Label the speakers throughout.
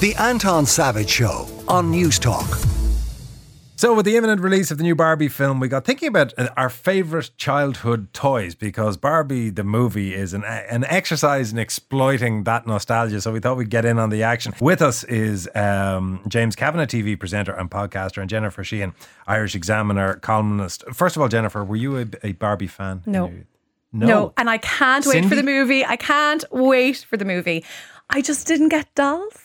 Speaker 1: The Anton Savage Show on News Talk.
Speaker 2: So, with the imminent release of the new Barbie film, we got thinking about uh, our favorite childhood toys because Barbie the movie is an an exercise in exploiting that nostalgia. So, we thought we'd get in on the action. With us is um, James Kavanagh, TV presenter and podcaster, and Jennifer Sheehan, Irish Examiner columnist. First of all, Jennifer, were you a, a Barbie fan?
Speaker 3: No.
Speaker 2: no,
Speaker 3: No. and I can't wait
Speaker 2: Cindy?
Speaker 3: for the movie. I can't wait for the movie. I just didn't get dolls.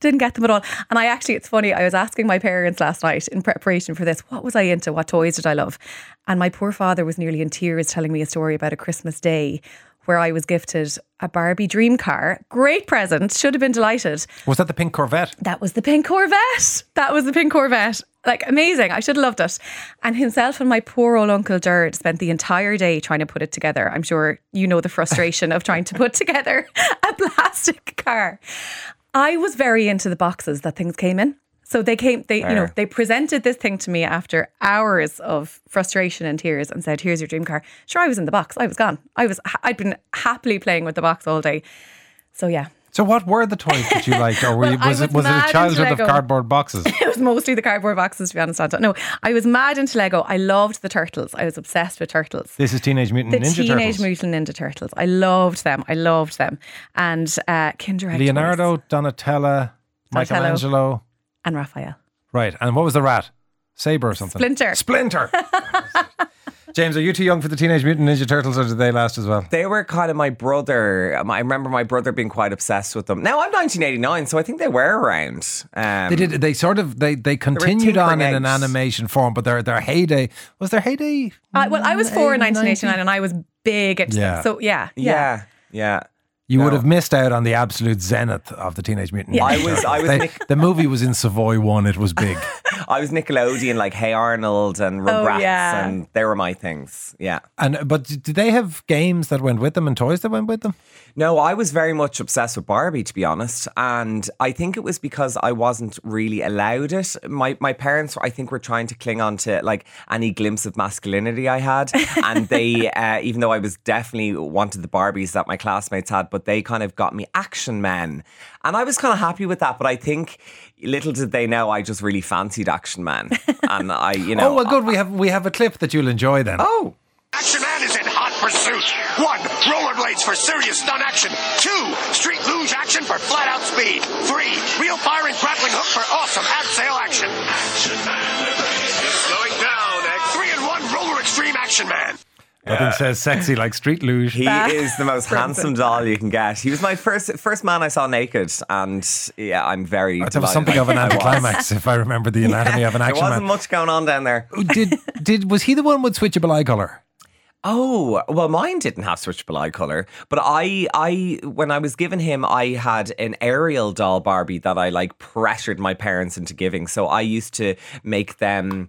Speaker 3: Didn't get them at all. And I actually, it's funny, I was asking my parents last night in preparation for this, what was I into? What toys did I love? And my poor father was nearly in tears telling me a story about a Christmas day where I was gifted a Barbie dream car. Great present, should have been delighted.
Speaker 2: was that the pink Corvette?
Speaker 3: That was the pink Corvette. That was the pink Corvette. Like amazing. I should have loved it. And himself and my poor old uncle Jared spent the entire day trying to put it together. I'm sure you know the frustration of trying to put together a plastic car. I was very into the boxes that things came in. So they came they you know
Speaker 2: Fair.
Speaker 3: they presented this thing to me after hours of frustration and tears and said here's your dream car. Sure I was in the box. I was gone. I was I'd been happily playing with the box all day. So yeah.
Speaker 2: So, what were the toys that you liked, or were you,
Speaker 3: Well, I
Speaker 2: was it
Speaker 3: was
Speaker 2: was it
Speaker 3: mad
Speaker 2: a
Speaker 3: into
Speaker 2: childhood of
Speaker 3: Lego.
Speaker 2: cardboard boxes?
Speaker 3: it was mostly the cardboard boxes, to be honest. Anton. No, I was mad into Lego. I loved the turtles. I was obsessed with turtles.
Speaker 2: This is Teenage Mutant
Speaker 3: The
Speaker 2: Ninja
Speaker 3: Teenage
Speaker 2: Turtles.
Speaker 3: Mutant Ninja Turtles. I loved them. I loved them. And uh, Kinder Egg toys
Speaker 2: Leonardo, Donatella, Michelangelo.
Speaker 3: and Raphael.
Speaker 2: Right. And what was the rat? Saber or something?
Speaker 3: Splinter.
Speaker 2: Splinter. James, are you too young for the Teenage Mutant Ninja Turtles or did they last as well?
Speaker 4: They were kind of my brother. um, I remember my brother being quite obsessed with them. Now I'm 1989, so I think they were around. Um,
Speaker 2: They did. They sort of they they continued on
Speaker 4: tinkering
Speaker 2: in an
Speaker 4: eggs.
Speaker 2: animation form, but their their heyday was their heyday.
Speaker 3: I, Uh, well, I was four in
Speaker 4: Mm,
Speaker 2: 1990?
Speaker 3: 1989 and I was big into
Speaker 2: Yeah.
Speaker 3: them. So, yeah.
Speaker 4: Yeah,
Speaker 3: Yeah.
Speaker 4: yeah.
Speaker 2: You would
Speaker 4: No.
Speaker 2: have missed out on the absolute zenith of the Teenage Mutant.
Speaker 3: Yeah.
Speaker 2: Ninja
Speaker 4: I was-
Speaker 2: Turtles.
Speaker 4: I was
Speaker 2: They-
Speaker 4: Nick-
Speaker 2: the movie was in Savoy One. It was big.
Speaker 4: I was Nickelodeon, like Hey Arnold and Rugrats,
Speaker 3: yeah.
Speaker 4: and they were my things. Yeah.
Speaker 2: and but did they have games that went with them and toys that went with them?
Speaker 4: No, I was very much obsessed with Barbie, to be honest. And I think it was because I wasn't really allowed it. My my parents, I think, were trying to cling on to like any glimpse of masculinity I had. And they, uh, even though I was definitely wanted the Barbies that my classmates had, but they kind of got me action men. And I was kind of happy with that. But I think little did they know I just really fancied action men. And I, you know.
Speaker 2: oh well, good. We have we have a clip that you'll enjoy then.
Speaker 4: oh.
Speaker 5: Action Man is in hot pursuit. One, rollerblades for serious stunt action. Two, street luge action for flat out speed. Three, real fire and grappling hook for awesome ab sail action. Action Man is going down. Three and one, roller extreme action man.
Speaker 2: Nothing says sexy like street luge.
Speaker 4: He is the most
Speaker 3: From the
Speaker 4: handsome doll you can get. He was my first first man I saw naked, and yeah, I'm very.
Speaker 2: That was
Speaker 4: delighted
Speaker 2: something of an
Speaker 4: I was.
Speaker 2: anticlimax, if I remember the anatomy of an
Speaker 4: There
Speaker 2: action
Speaker 4: wasn't
Speaker 2: man.
Speaker 4: much going on down there.
Speaker 2: Did did was he the one with switchable eye color?
Speaker 4: Oh well, mine didn't have switchable eye color, but I, I, when I was given him, I had an aerial doll Barbie that I like pressured my parents into giving. So I used to make them.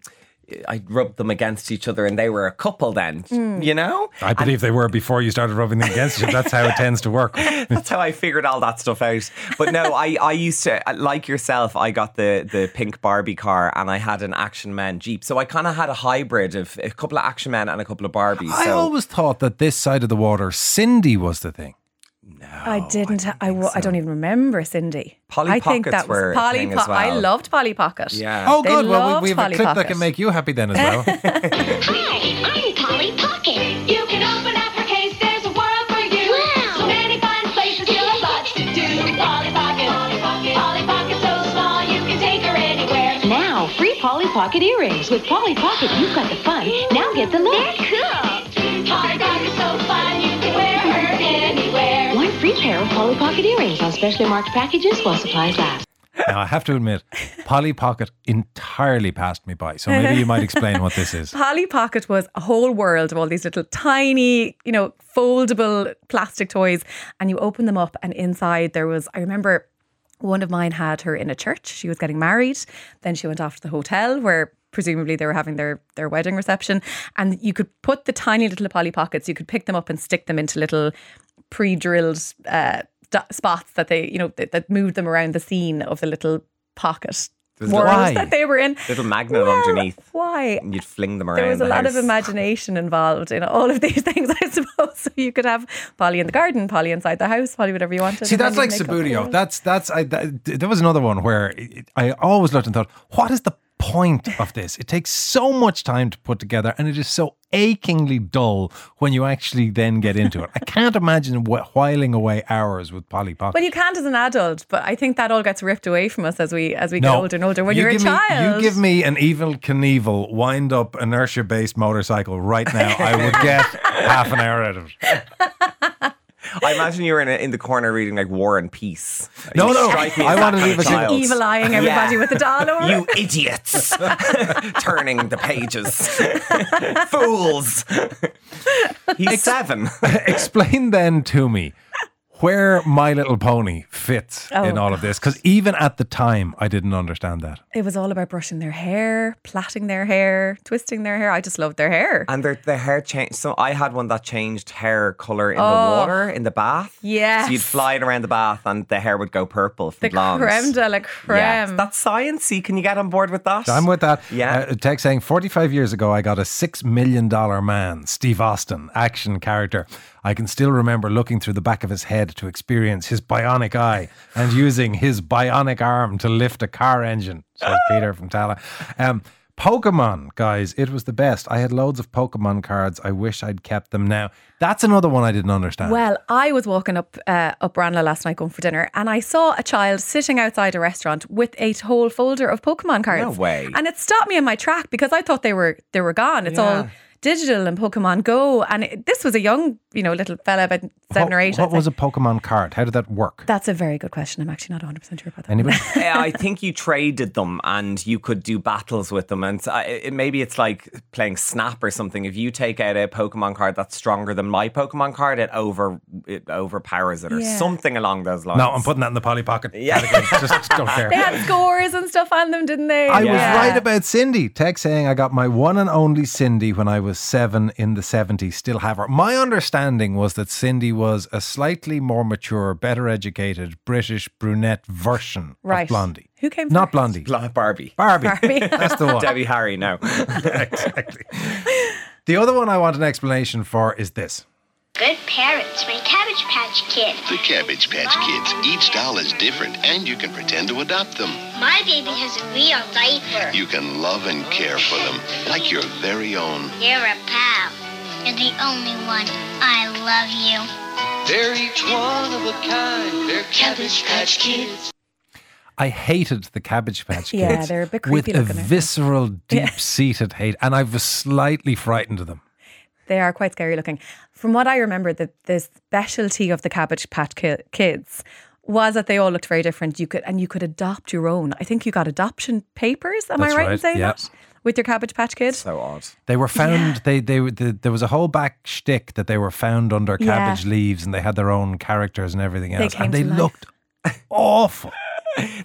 Speaker 4: I rubbed them against each other, and they were a couple. Then you know,
Speaker 2: I believe they were before you started rubbing them against each other. That's how it tends to work.
Speaker 4: That's how I figured all that stuff out. But no, I, I used to like yourself. I got the the pink Barbie car, and I had an Action Man Jeep. So I kind of had a hybrid of a couple of Action Men and a couple of Barbies.
Speaker 2: I
Speaker 4: so
Speaker 2: always thought that this side of the water, Cindy was the thing. Oh,
Speaker 3: I didn't. I, I, I don't even remember Cindy.
Speaker 4: Polly
Speaker 3: I think
Speaker 4: Pockets
Speaker 3: that was
Speaker 4: were a
Speaker 3: Polly
Speaker 4: thing
Speaker 3: Po-
Speaker 4: as
Speaker 3: I
Speaker 4: well.
Speaker 3: loved Polly Pocket.
Speaker 4: yeah.
Speaker 2: Oh,
Speaker 3: They
Speaker 2: good. Well,
Speaker 3: loved
Speaker 2: we, we have a
Speaker 3: Polly
Speaker 2: clip that
Speaker 3: Pocket.
Speaker 2: can make you happy then as well.
Speaker 6: Hi, I'm Polly Pocket. You can open up her case, there's a world for you. So many fun places, you'll have lots to do. Polly Pocket, Polly Pocket, Polly Pocket's so small, you can take her anywhere.
Speaker 7: Now, free Polly Pocket earrings. With Polly Pocket, you've got the fun. Now get the look.
Speaker 6: They're cool. Polly Pocket's so fun, you can wear her anywhere.
Speaker 7: One free pair of Polly Pocket earrings on specially marked packages while supplies last.
Speaker 2: now, I have to admit, Polly Pocket entirely passed me by. So maybe you might explain what this is.
Speaker 3: Polly Pocket was a whole world of all these little tiny, you know, foldable plastic toys. And you open them up, and inside there was, I remember one of mine had her in a church. She was getting married. Then she went off to the hotel where presumably they were having their, their wedding reception. And you could put the tiny little Polly Pockets, you could pick them up and stick them into little pre drilled uh, d- spots that they, you know, that, that moved them around the scene of the little pocket.
Speaker 2: There's
Speaker 3: world
Speaker 2: no-
Speaker 8: Why?
Speaker 3: that they were in.
Speaker 4: Little magnet
Speaker 3: Well,
Speaker 4: underneath.
Speaker 3: Why?
Speaker 4: And you'd fling them around.
Speaker 3: There was a
Speaker 4: the
Speaker 3: lot
Speaker 4: house.
Speaker 3: of imagination involved in all of these things, I suppose. So you could have Polly in the garden, Polly inside the house, Polly whatever you wanted.
Speaker 2: See,
Speaker 3: and then
Speaker 2: that's like
Speaker 3: you'd make up the
Speaker 2: Sabudio.
Speaker 3: world.
Speaker 2: That's that's I that, there was another one where it, it- I always looked and thought, what is the point of this? It takes so much time to put together, and it is so achingly dull when you actually then get into it. I can't imagine wh- whiling away hours with Polly Pocket.
Speaker 3: Well, you can't as an adult, but I think that all gets ripped away from us as we as we get older and older. When
Speaker 2: You
Speaker 3: are a
Speaker 2: give me-
Speaker 3: child,
Speaker 2: you give me an evil Knievel wind up inertia based motorcycle right now. I would get half an hour out of it.
Speaker 4: I imagine you were in, a, in the corner reading like War and Peace.
Speaker 2: No,
Speaker 4: You
Speaker 2: no,
Speaker 4: strike me
Speaker 2: I
Speaker 4: as that
Speaker 2: wanted
Speaker 4: kind
Speaker 2: to
Speaker 4: of
Speaker 2: leave it to-
Speaker 4: child.
Speaker 3: evil eyeing everybody
Speaker 4: Yeah.
Speaker 3: with a dollar.
Speaker 4: You idiots! Turning the pages. Fools! He's seven.
Speaker 2: Explain then to me where My Little Pony fits
Speaker 3: Oh,
Speaker 2: in all of this, because even at the time, I didn't understand that.
Speaker 3: It was all about brushing their hair, plaiting their hair, twisting their hair. I just loved their hair.
Speaker 4: And their, their hair changed. So I had one that changed hair color in
Speaker 3: Oh.
Speaker 4: the water, in the bath.
Speaker 3: Yes.
Speaker 4: So you'd fly it around the bath and the hair would go purple from
Speaker 3: the
Speaker 4: blonde.
Speaker 3: creme de la
Speaker 4: Yeah.
Speaker 3: creme.
Speaker 4: That's sciencey. Can you get on board with that?
Speaker 2: I'm with that.
Speaker 4: Yeah.
Speaker 2: Uh, text saying 45 years ago, I got a $6 million man, Steve Austin, action character. I can still remember looking through the back of his head to experience his bionic eye and using his bionic arm to lift a car engine, says Peter from Tala. Um, Pokemon, guys, it was the best. I had loads of Pokemon cards. I wish I'd kept them now. That's another one I didn't understand.
Speaker 3: Well, I was walking up uh, up Ranelagh last night going for dinner, and I saw a child sitting outside a restaurant with a whole folder of Pokemon cards.
Speaker 4: way.
Speaker 3: And it stopped me in my track because I thought they were they were gone. It's all digital and Pokemon Go, and it, this was a young you know little fella about seven
Speaker 2: what,
Speaker 3: or eight. I'd
Speaker 2: What
Speaker 3: say.
Speaker 2: was a Pokemon card? How did that work?
Speaker 3: That's a very good question. I'm actually not 100 percent sure about that.
Speaker 2: Anybody?
Speaker 4: Yeah, I think you traded them and you could do battles with them. And s- I- it, maybe it's like playing Snap or something. If you take out a Pokemon card that's stronger than my Pokemon card, it over it overpowers it or
Speaker 3: Yeah.
Speaker 4: something along those lines.
Speaker 2: no, I'm putting that in the Polly Pocket. Yeah. Just don't care.
Speaker 3: They had scores and stuff on them, didn't they?
Speaker 2: I
Speaker 4: Yeah.
Speaker 2: was right about Cindy. Text saying I got my one and only Cindy when I was seven in the 70s. Still have her. My understanding was that Cindy was a slightly more mature, better educated British brunette version
Speaker 3: Right.
Speaker 2: of Blondie.
Speaker 3: Who came
Speaker 2: Not
Speaker 3: first?
Speaker 2: Blondie.
Speaker 4: Bla- Barbie.
Speaker 2: Barbie.
Speaker 3: Barbie.
Speaker 2: That's the one.
Speaker 4: Debbie Harry now.
Speaker 2: exactly. The other one I want an explanation for is this.
Speaker 6: Good parents, my Cabbage Patch Kid.
Speaker 5: The Cabbage Patch Kids. Each doll is different, and you can pretend to adopt them.
Speaker 6: My baby has a real diaper.
Speaker 5: You can love and care for them like your very own.
Speaker 6: You're a pal. You're the only one. I love you.
Speaker 9: They're each one of a kind. They're Cabbage Patch Kids.
Speaker 2: I hated the Cabbage Patch Kids.
Speaker 3: Yeah, they're a bit creepy
Speaker 2: with a
Speaker 3: looking, aren't they?
Speaker 2: visceral, deep-seated hate, and I was slightly frightened of them.
Speaker 3: They are quite scary looking. From what I remember, the, the specialty of the Cabbage Patch Ki- Kids was that they all looked very different. You could and you could adopt your own. I think you got adoption papers. Am
Speaker 2: That's
Speaker 3: I right, in
Speaker 2: right,
Speaker 3: saying
Speaker 2: yeah.
Speaker 3: that with your Cabbage Patch Kid?
Speaker 4: so odd.
Speaker 2: They were found. They they were- the, there was a whole back shtick that they were found under
Speaker 3: Yeah.
Speaker 2: cabbage leaves, and they had their own characters and everything else,
Speaker 3: came
Speaker 2: and they
Speaker 3: to life.
Speaker 2: looked awful.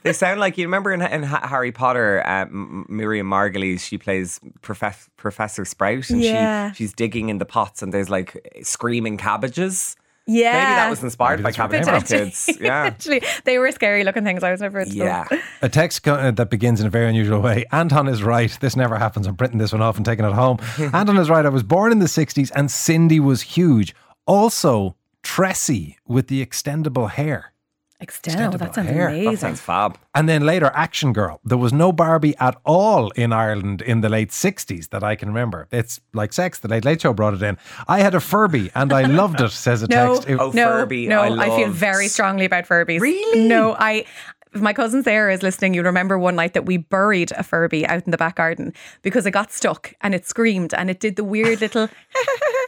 Speaker 4: They sound like you remember in, in Ha- Harry Potter, uh, M- Miriam Margolyes. She plays Profess- Professor Sprout, and
Speaker 3: Yeah.
Speaker 4: she she's digging in the pots, and there's like screaming cabbages.
Speaker 3: yeah,
Speaker 4: Maybe that was inspired
Speaker 2: Maybe
Speaker 4: by
Speaker 2: that's where
Speaker 4: Cabbage
Speaker 2: they
Speaker 4: Patch
Speaker 2: were.
Speaker 4: Kids. Yeah.
Speaker 3: Actually, they were scary looking things. I was never into them.
Speaker 4: Yeah.
Speaker 2: A text co- uh, that begins in a very unusual way. Anton is right. This never happens. I'm printing this one off and taking it home. Anton is right. I was born in the '60s, and Cindy was huge. Also, Tressie with the extendable hair.
Speaker 3: Extend- oh,
Speaker 2: Extendable
Speaker 3: that sounds
Speaker 2: hair. That
Speaker 4: That
Speaker 3: amazing.
Speaker 4: sounds fab.
Speaker 2: And then later, Action Girl. There was no Barbie at all in Ireland in the late 60s that I can remember. It's like sex. The Late Late Show brought it in. I had a Furby and I loved it, says a
Speaker 3: No,
Speaker 2: text. It-
Speaker 4: Oh,
Speaker 3: no,
Speaker 4: Furby,
Speaker 3: no.
Speaker 4: I
Speaker 3: feel
Speaker 4: loved.
Speaker 3: very strongly about Furbies. Really? No, I. If my cousin Sarah is listening, you'll remember one night that we buried a Furby out in the back garden because it got stuck and it screamed and it did the weird little.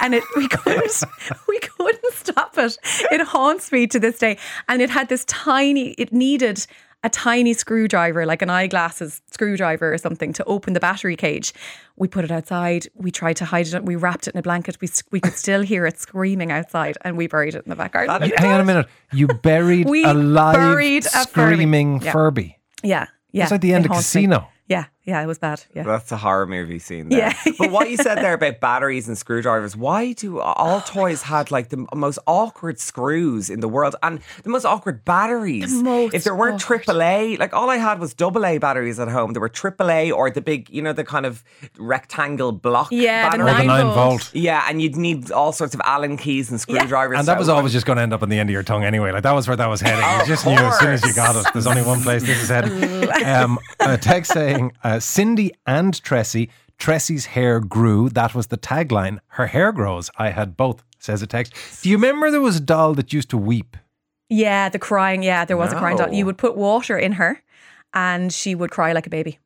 Speaker 3: And it we couldn't we couldn't stop it. It haunts me to this day. And it had this tiny. It needed a tiny screwdriver, like an eyeglasses screwdriver or something, to open the battery cage. We put it outside. We tried to hide it. We wrapped it in a blanket. We s- we could still hear it screaming outside, and we buried it in the back garden.
Speaker 2: You- hang on a minute. You buried
Speaker 3: We
Speaker 2: a live
Speaker 3: buried a Furby.
Speaker 2: screaming Furby.
Speaker 3: Yeah. Yeah.
Speaker 2: It's like the end
Speaker 3: it
Speaker 2: of
Speaker 3: haunts me.
Speaker 2: Casino.
Speaker 3: Yeah. Yeah, it was bad. Yeah.
Speaker 4: That's a horror movie scene. There.
Speaker 3: Yeah.
Speaker 4: but what you said there about batteries and screwdrivers, why do
Speaker 3: Oh
Speaker 4: all toys had like the most awkward screws in the world and the most awkward batteries?
Speaker 3: The most
Speaker 4: if there weren't
Speaker 3: awkward.
Speaker 4: AAA, like all I had was AA batteries at home. There were AAA or the big, you know, the kind of rectangle block.
Speaker 3: Yeah, the
Speaker 2: Or the
Speaker 4: batteries.
Speaker 3: Nine
Speaker 2: nine
Speaker 3: volt.
Speaker 2: volt.
Speaker 4: yeah, and you'd need all sorts of Allen keys and screwdrivers.
Speaker 2: And that was
Speaker 4: So-
Speaker 2: always just going to end up on the end of your tongue anyway. Like that was where that was heading. You just knew as soon as you got it. There's only one place this is heading. Um, a text saying uh, Cindy and Tressie. Tressie's hair grew. That was the tagline. Her hair grows. I had both. Says a text. Do you remember there was a doll that used to weep?
Speaker 3: Yeah, the crying. Yeah, there was a crying doll.
Speaker 4: No.
Speaker 3: You would put water in her and she would cry like a baby.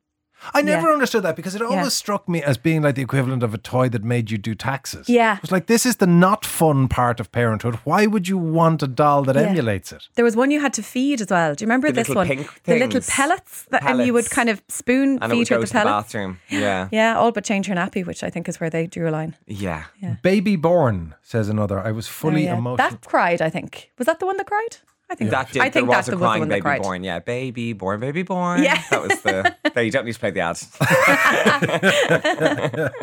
Speaker 2: I never
Speaker 3: Yeah.
Speaker 2: understood that because it always
Speaker 3: Yeah.
Speaker 2: struck me as being like the equivalent of a toy that made you do taxes.
Speaker 3: Yeah.
Speaker 2: It was like this is the not fun part of parenthood. Why would you want a doll that
Speaker 3: Yeah.
Speaker 2: emulates it?
Speaker 3: There was one you had to feed as well. Do you remember
Speaker 4: The
Speaker 3: this
Speaker 4: little
Speaker 3: one?
Speaker 4: pink
Speaker 3: the little
Speaker 4: things.
Speaker 3: pellets that and you would
Speaker 4: Pellets.
Speaker 3: kind of spoon
Speaker 4: And it would
Speaker 3: feed
Speaker 4: go
Speaker 3: her
Speaker 4: to
Speaker 3: the
Speaker 4: the
Speaker 3: pellets.
Speaker 4: bathroom. Yeah.
Speaker 3: yeah, all but change her nappy, which I think is where they drew a line.
Speaker 4: Yeah.
Speaker 2: Baby born, says another. I was
Speaker 3: Oh,
Speaker 2: fully
Speaker 3: yeah.
Speaker 2: emotional.
Speaker 3: That cried, I think. Was that the one that cried? I think
Speaker 4: That did.
Speaker 3: I think
Speaker 4: there
Speaker 3: that
Speaker 4: was a
Speaker 3: was the
Speaker 4: crying
Speaker 3: one that
Speaker 4: baby
Speaker 3: cried.
Speaker 4: born. Yeah, baby born, baby born.
Speaker 3: Yeah.
Speaker 4: that was the. no, you don't need to play the ad.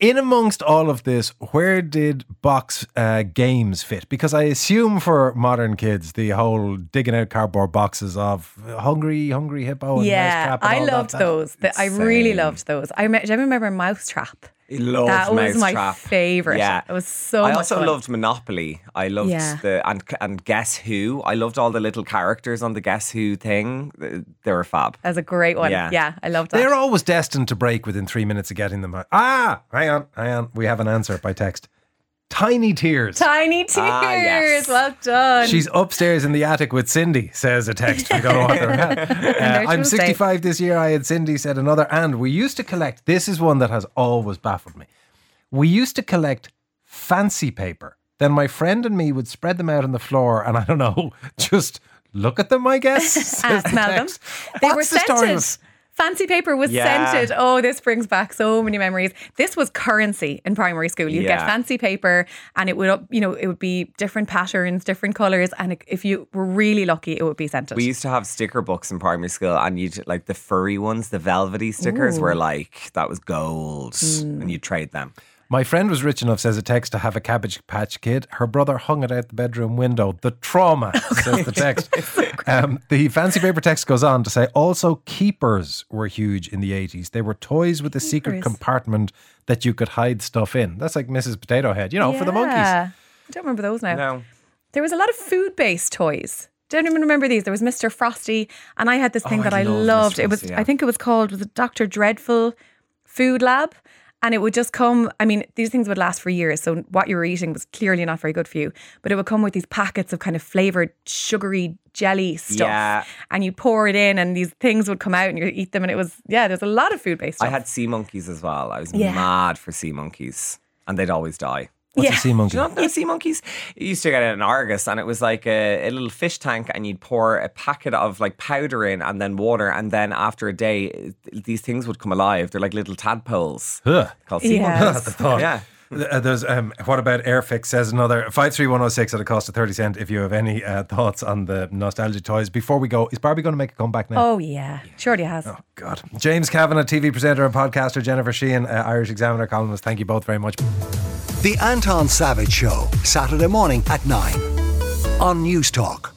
Speaker 2: in amongst all of this, where did box uh, games fit? Because I assume for modern kids, the whole digging out cardboard boxes of Hungry, Hungry Hippo and
Speaker 3: Yeah,
Speaker 2: Mousetrap and
Speaker 3: I
Speaker 2: all that,
Speaker 3: loved
Speaker 2: that-
Speaker 3: those. The- I really
Speaker 4: Same.
Speaker 3: loved those. I, me- do you remember Mousetrap.
Speaker 4: He loved
Speaker 3: That was my
Speaker 4: Mousetrap.
Speaker 3: favourite.
Speaker 4: Yeah,
Speaker 3: It was so
Speaker 4: I
Speaker 3: much
Speaker 4: also
Speaker 3: fun.
Speaker 4: loved Monopoly. I loved
Speaker 3: Yeah.
Speaker 4: the and and Guess Who. I loved all the little characters on the Guess Who thing. Th- They were fab.
Speaker 3: That was a great one. Yeah,
Speaker 4: Yeah.
Speaker 3: I loved that.
Speaker 2: They're always destined to break within three minutes of getting them out. Ah, hang on, hang on. We have an answer by text. Tiny tears.
Speaker 3: Tiny tears.
Speaker 4: Ah, yes.
Speaker 3: Well done.
Speaker 2: She's upstairs in the attic with Cindy, says a text. We don't know what they're at.
Speaker 3: there's
Speaker 2: Uh, I'm
Speaker 3: your
Speaker 2: 65 this year. I had Cindy, said another. And we used to collect, this is one that has always baffled me. We used to collect fancy paper. Then my friend and me would spread them out on the floor and I don't know, just look at them, I guess. says
Speaker 3: and
Speaker 2: the
Speaker 3: Ah, smell them.
Speaker 2: text.
Speaker 3: They
Speaker 2: What's
Speaker 3: were
Speaker 2: the story
Speaker 3: scented.
Speaker 2: with-
Speaker 3: Fancy paper was
Speaker 4: Yeah.
Speaker 3: scented. Oh, this brings back so many memories. This was currency in primary school. You'd get
Speaker 4: Yeah.
Speaker 3: fancy paper and it would, up- you know, it would be different patterns, different colors. And it- if you were really lucky, it would be scented.
Speaker 4: We used to have sticker books in primary school, and you'd like the furry ones, the velvety stickers were like that was gold, and you trade them.
Speaker 2: My friend was rich enough, says a text, to have a cabbage patch kid. Her brother hung it out the bedroom window. The trauma, says the text. um, the fancy paper text goes on to say also, keepers were huge in the 80s. They were toys with a secret
Speaker 3: Keepers.
Speaker 2: compartment that you could hide stuff in. That's like Mrs. Potato Head, you know, for the monkeys.
Speaker 3: Yeah. I don't remember those now.
Speaker 4: No,
Speaker 3: There was a lot of food based toys. Don't even remember these. There was Mr. Frosty, and I had this thing
Speaker 4: Oh,
Speaker 3: that
Speaker 4: I
Speaker 3: I
Speaker 4: love Mr.
Speaker 3: loved. It was,
Speaker 4: Frosty,
Speaker 3: I
Speaker 4: yeah.
Speaker 3: think it was called, was it Dr. Dreadful Food Lab? And it would just come. I mean, these things would last for years. So what you were eating was clearly not very good for you. But it would come with these packets of kind of flavored sugary jelly stuff,
Speaker 4: Yeah.
Speaker 3: and you pour it in, and these things would come out, and you eat them, and it was yeah. There's a lot of food based.
Speaker 4: I had sea monkeys as well. I was
Speaker 3: Yeah.
Speaker 4: mad for sea monkeys, and they'd always die.
Speaker 2: What's
Speaker 3: Yeah.
Speaker 2: a sea monkey?
Speaker 4: Do you not know sea monkeys? You used to get it in Argus, and it was like a, a little fish tank, and you'd pour a packet of like powder in, and then water, and then after a day, it- these things would come alive. They're like little tadpoles
Speaker 2: Ugh.
Speaker 4: called sea
Speaker 3: Yes.
Speaker 4: monkeys.
Speaker 2: That's the thought.
Speaker 4: Yeah.
Speaker 2: Uh, there's um, what about Airfix says another five three one zero six at a cost of thirty cent. If you have any uh, thoughts on the nostalgia toys, before we go, is Barbie going to make a comeback now?
Speaker 3: Oh yeah, surely has.
Speaker 4: Oh,
Speaker 2: God. James Kavanagh, TV presenter and podcaster, Jennifer Sheehan, uh, Irish Examiner columnist. Thank you both very much.
Speaker 1: The Anton Savage Show, Saturday morning at 9 on News Talk.